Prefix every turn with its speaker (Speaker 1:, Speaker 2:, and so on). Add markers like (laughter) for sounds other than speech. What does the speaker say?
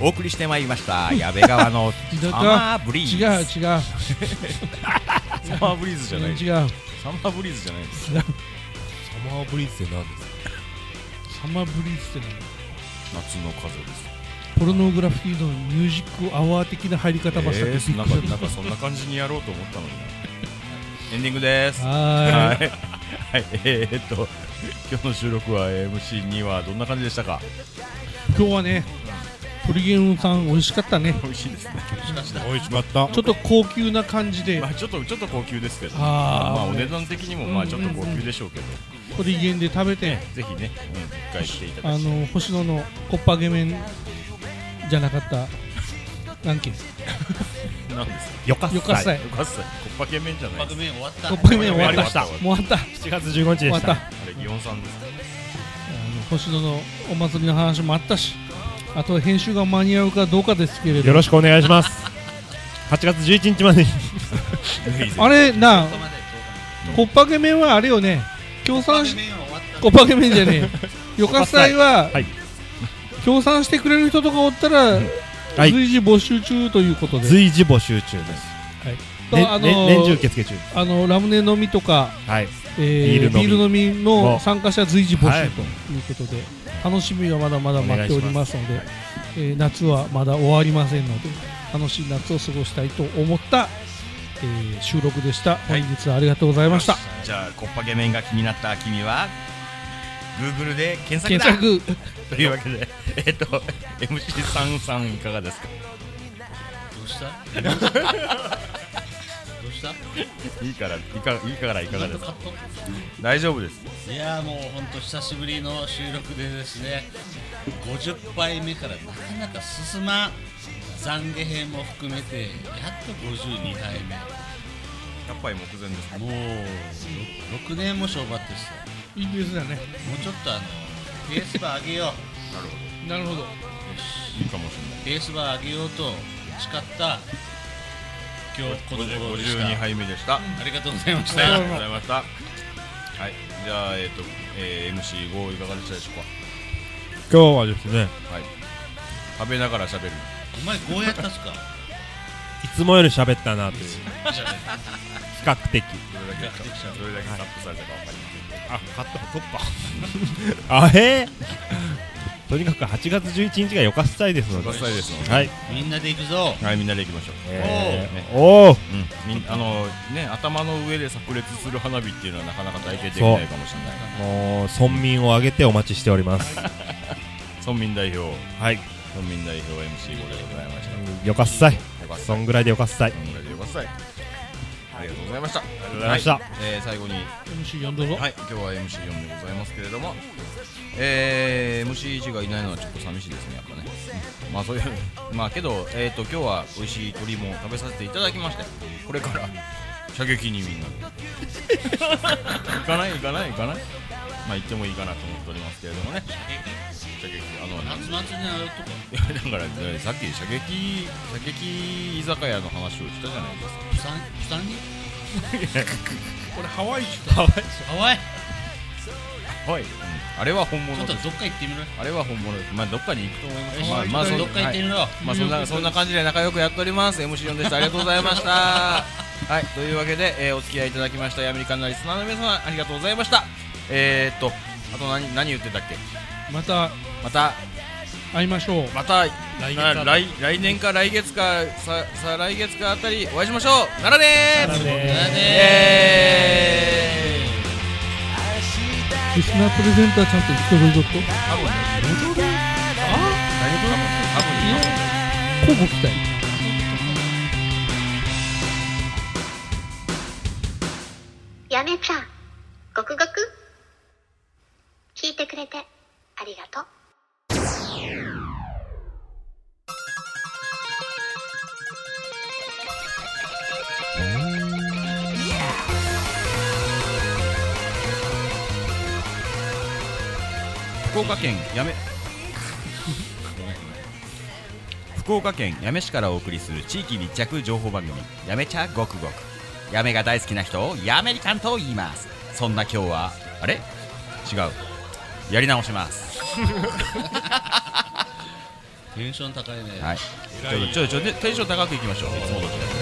Speaker 1: お送りしてまいりました矢部川 (laughs) のサマーブリーズ
Speaker 2: 違う違う
Speaker 1: サマーブリーズじゃない
Speaker 2: 違う
Speaker 1: サマーブリーズじゃないです
Speaker 3: サマーブリーズって何ですか
Speaker 2: サマーブリーズって何
Speaker 1: 夏の風です
Speaker 2: ポルノグラフィティのミュージックアワー的な入り方ばっさり
Speaker 1: えーなんかなんかそんな感じにやろうと思ったのになエンディングですは、
Speaker 2: は
Speaker 1: は
Speaker 2: い
Speaker 1: い、 (laughs) えー、っと今日の収録は MC2 はどんな感じでしたか
Speaker 2: い今日はね鳥ゲンさん美味しかったね
Speaker 1: 美味しいですね
Speaker 3: 美味しかった
Speaker 2: ちょっと高級な感じで
Speaker 1: (laughs) まあちょっとちょっと高級ですけど、
Speaker 2: あー
Speaker 1: まあお値段的にもまあ
Speaker 2: うん
Speaker 1: ち
Speaker 2: う
Speaker 1: ょ
Speaker 2: ん
Speaker 1: っ
Speaker 2: うん
Speaker 1: と高級でしょうけど、
Speaker 2: 鳥ゲンで食べて
Speaker 1: ぜひね、うん、一回来ていただ
Speaker 2: あ
Speaker 1: き
Speaker 2: の星野のコッパゲメンじゃなかった何件
Speaker 1: なんですか
Speaker 3: よか
Speaker 2: よかっさい
Speaker 1: よかっさいコッパ系麺じゃない
Speaker 4: 番
Speaker 1: です
Speaker 4: 組終わった
Speaker 2: コッパゲメン終わっ
Speaker 1: 終わりました
Speaker 2: たもう終わった
Speaker 3: 7月15日
Speaker 2: 終
Speaker 3: で
Speaker 2: わ
Speaker 3: し
Speaker 2: った
Speaker 3: た
Speaker 2: あ
Speaker 1: あれ祇園さんですか (laughs)
Speaker 2: の星野のお祭りの話もあったしあとは編集が間に合うかどうかですけれ
Speaker 3: よ
Speaker 2: ど
Speaker 3: ろしくお願いします8月11日までに
Speaker 2: あれなあ
Speaker 4: そこまで
Speaker 2: コッパゲメンはあれよね協賛し
Speaker 4: 面終わった
Speaker 2: コッパゲメンじゃね (laughs) えよか祭は、
Speaker 3: はい
Speaker 2: 協賛してくれる人とかおったら、
Speaker 3: はい
Speaker 2: 随時募集中ということで
Speaker 3: 随時募集中です、 (laughs)
Speaker 2: と
Speaker 3: ね
Speaker 2: あの
Speaker 3: ね年中受付中
Speaker 2: あのラムネ飲みとか、
Speaker 3: はい
Speaker 2: えー
Speaker 3: ビ
Speaker 2: ビ
Speaker 3: ール
Speaker 2: ール飲みの
Speaker 3: お
Speaker 2: 参加者随時募
Speaker 3: は
Speaker 2: 集
Speaker 3: い
Speaker 2: ということで、楽しみはまだまだ待っておりますのでえー夏はまだ終わりませんので楽しい夏を過ごしたいと思った、えー収録でした本日はありがとうございました、
Speaker 1: じゃあコッパ系麺が気になった君は Google で検索だ
Speaker 2: 検索
Speaker 1: というわけで (laughs) えっと MC さんさんいかがですか
Speaker 4: ど (laughs) うしたどうした
Speaker 1: いいからいかいいからいかが
Speaker 4: なん
Speaker 1: で
Speaker 4: か
Speaker 1: す
Speaker 4: カ
Speaker 1: か
Speaker 4: ット
Speaker 1: 大丈夫です
Speaker 4: いやーもう本当久しぶりの収録でですね50杯目からなかなか進まん懺悔編も含めてやっと52杯
Speaker 1: 100杯目前です
Speaker 4: 目もう6年も商売ってした
Speaker 2: いいですよね
Speaker 4: もうちょっとあのペースバー上げよう
Speaker 1: なるほ
Speaker 2: なるほど
Speaker 1: どいいかもしれない
Speaker 4: ペースバー上げようと誓った今日この頃でした
Speaker 1: 52杯目でした
Speaker 4: ありがとうございまし
Speaker 1: ありが
Speaker 4: た
Speaker 1: とうございましたはいじゃあえっとえー MC5 いかがでしたでしょう
Speaker 3: 今日はですね
Speaker 1: かはい食べながら喋る
Speaker 4: お前ゴーやったっすか
Speaker 3: いつもより喋ったなという
Speaker 4: じゃあ
Speaker 3: 比較的
Speaker 1: どれだけどれだけカットされたかわかりま
Speaker 3: あカット取った (laughs) あへえとにかく8月11日がよかっさいですので
Speaker 1: よかっさいですので
Speaker 3: はい、
Speaker 4: みんなで行くぞ
Speaker 1: せんはいみんなで行きましょう
Speaker 3: え
Speaker 1: ね
Speaker 3: ーおお
Speaker 1: うんみんあのね頭の上で炸裂する花火っていうのはなかなか体験できないかもしれない
Speaker 3: もう村民を挙げてお待ちしております
Speaker 1: 村民代表
Speaker 3: はい
Speaker 1: 村民代表 MC5 でございました
Speaker 3: よかっさい
Speaker 1: よかっ
Speaker 3: そ
Speaker 1: た
Speaker 3: んぐらいでよかっさい
Speaker 1: このぐらいでよかったいありがとうございましたありがとう
Speaker 3: ございました
Speaker 1: えー最後に
Speaker 2: MC4 どうぞ、
Speaker 1: はい、今日は MC4 でございますけれども、えー、MC1 がいないのはちょっと寂しいですね、やっぱね。うんまあ、そう (laughs) いう、まあ、けど、えっ、と、今日は美味しい鶏も食べさせていただきまして、これから射撃にみんなで。行かない、行かない、行かない。まあ、行ってもいいかなと思っておりますけれどもね。射撃、あの、なん
Speaker 4: 夏祭りのとこ
Speaker 1: いやだから、ねさっき射撃、射撃居酒屋の話をしたじゃないですか。
Speaker 4: 釜山釜
Speaker 1: (laughs)
Speaker 4: 山に
Speaker 2: これハワイ
Speaker 4: ハワイ
Speaker 1: はい、あれは本
Speaker 4: ちょ
Speaker 1: 物
Speaker 4: っと
Speaker 1: です。
Speaker 4: どっか行ってみろ
Speaker 1: あれは本物です。まあ、どっかに行くと思います。まあ、
Speaker 4: よ
Speaker 1: まあ、そん
Speaker 4: どっか行ってみろ、
Speaker 1: まあそんなそんな感じで仲良くやっております。MC4 でした。ありがとうございま
Speaker 3: (laughs)
Speaker 1: した。はい、というわけで、えーお付き合いいただきましたアメリカンなリスナーの皆様ありがとうございました。えー、っとあと何何言ってたっけ？
Speaker 2: また
Speaker 1: また
Speaker 2: 会いましょう
Speaker 1: また来
Speaker 3: 来月あたり
Speaker 1: 来来年か来月かささ来月かあたりお会いしましょう。ならねー。
Speaker 3: ならねー
Speaker 4: だ
Speaker 1: イ
Speaker 4: ね
Speaker 1: エーイ
Speaker 2: リスナープレゼンターちゃんと言ってくれる
Speaker 1: 多
Speaker 2: ぞ
Speaker 1: 分ね。あ多分多分多分
Speaker 2: と交互期待
Speaker 5: やめちゃん、ごくごく聞いてくれてありがとう。
Speaker 1: 福岡県やめ福岡県八女市からお送りする地域密着情報番組「やめちゃごくごく」やめが大好きな人をやめりかんと言いますそんな今日はあれ違うやり直します
Speaker 4: テンション高いね、
Speaker 1: はいちょっとちょっとちょっとテンション高くいきましょういつもと違って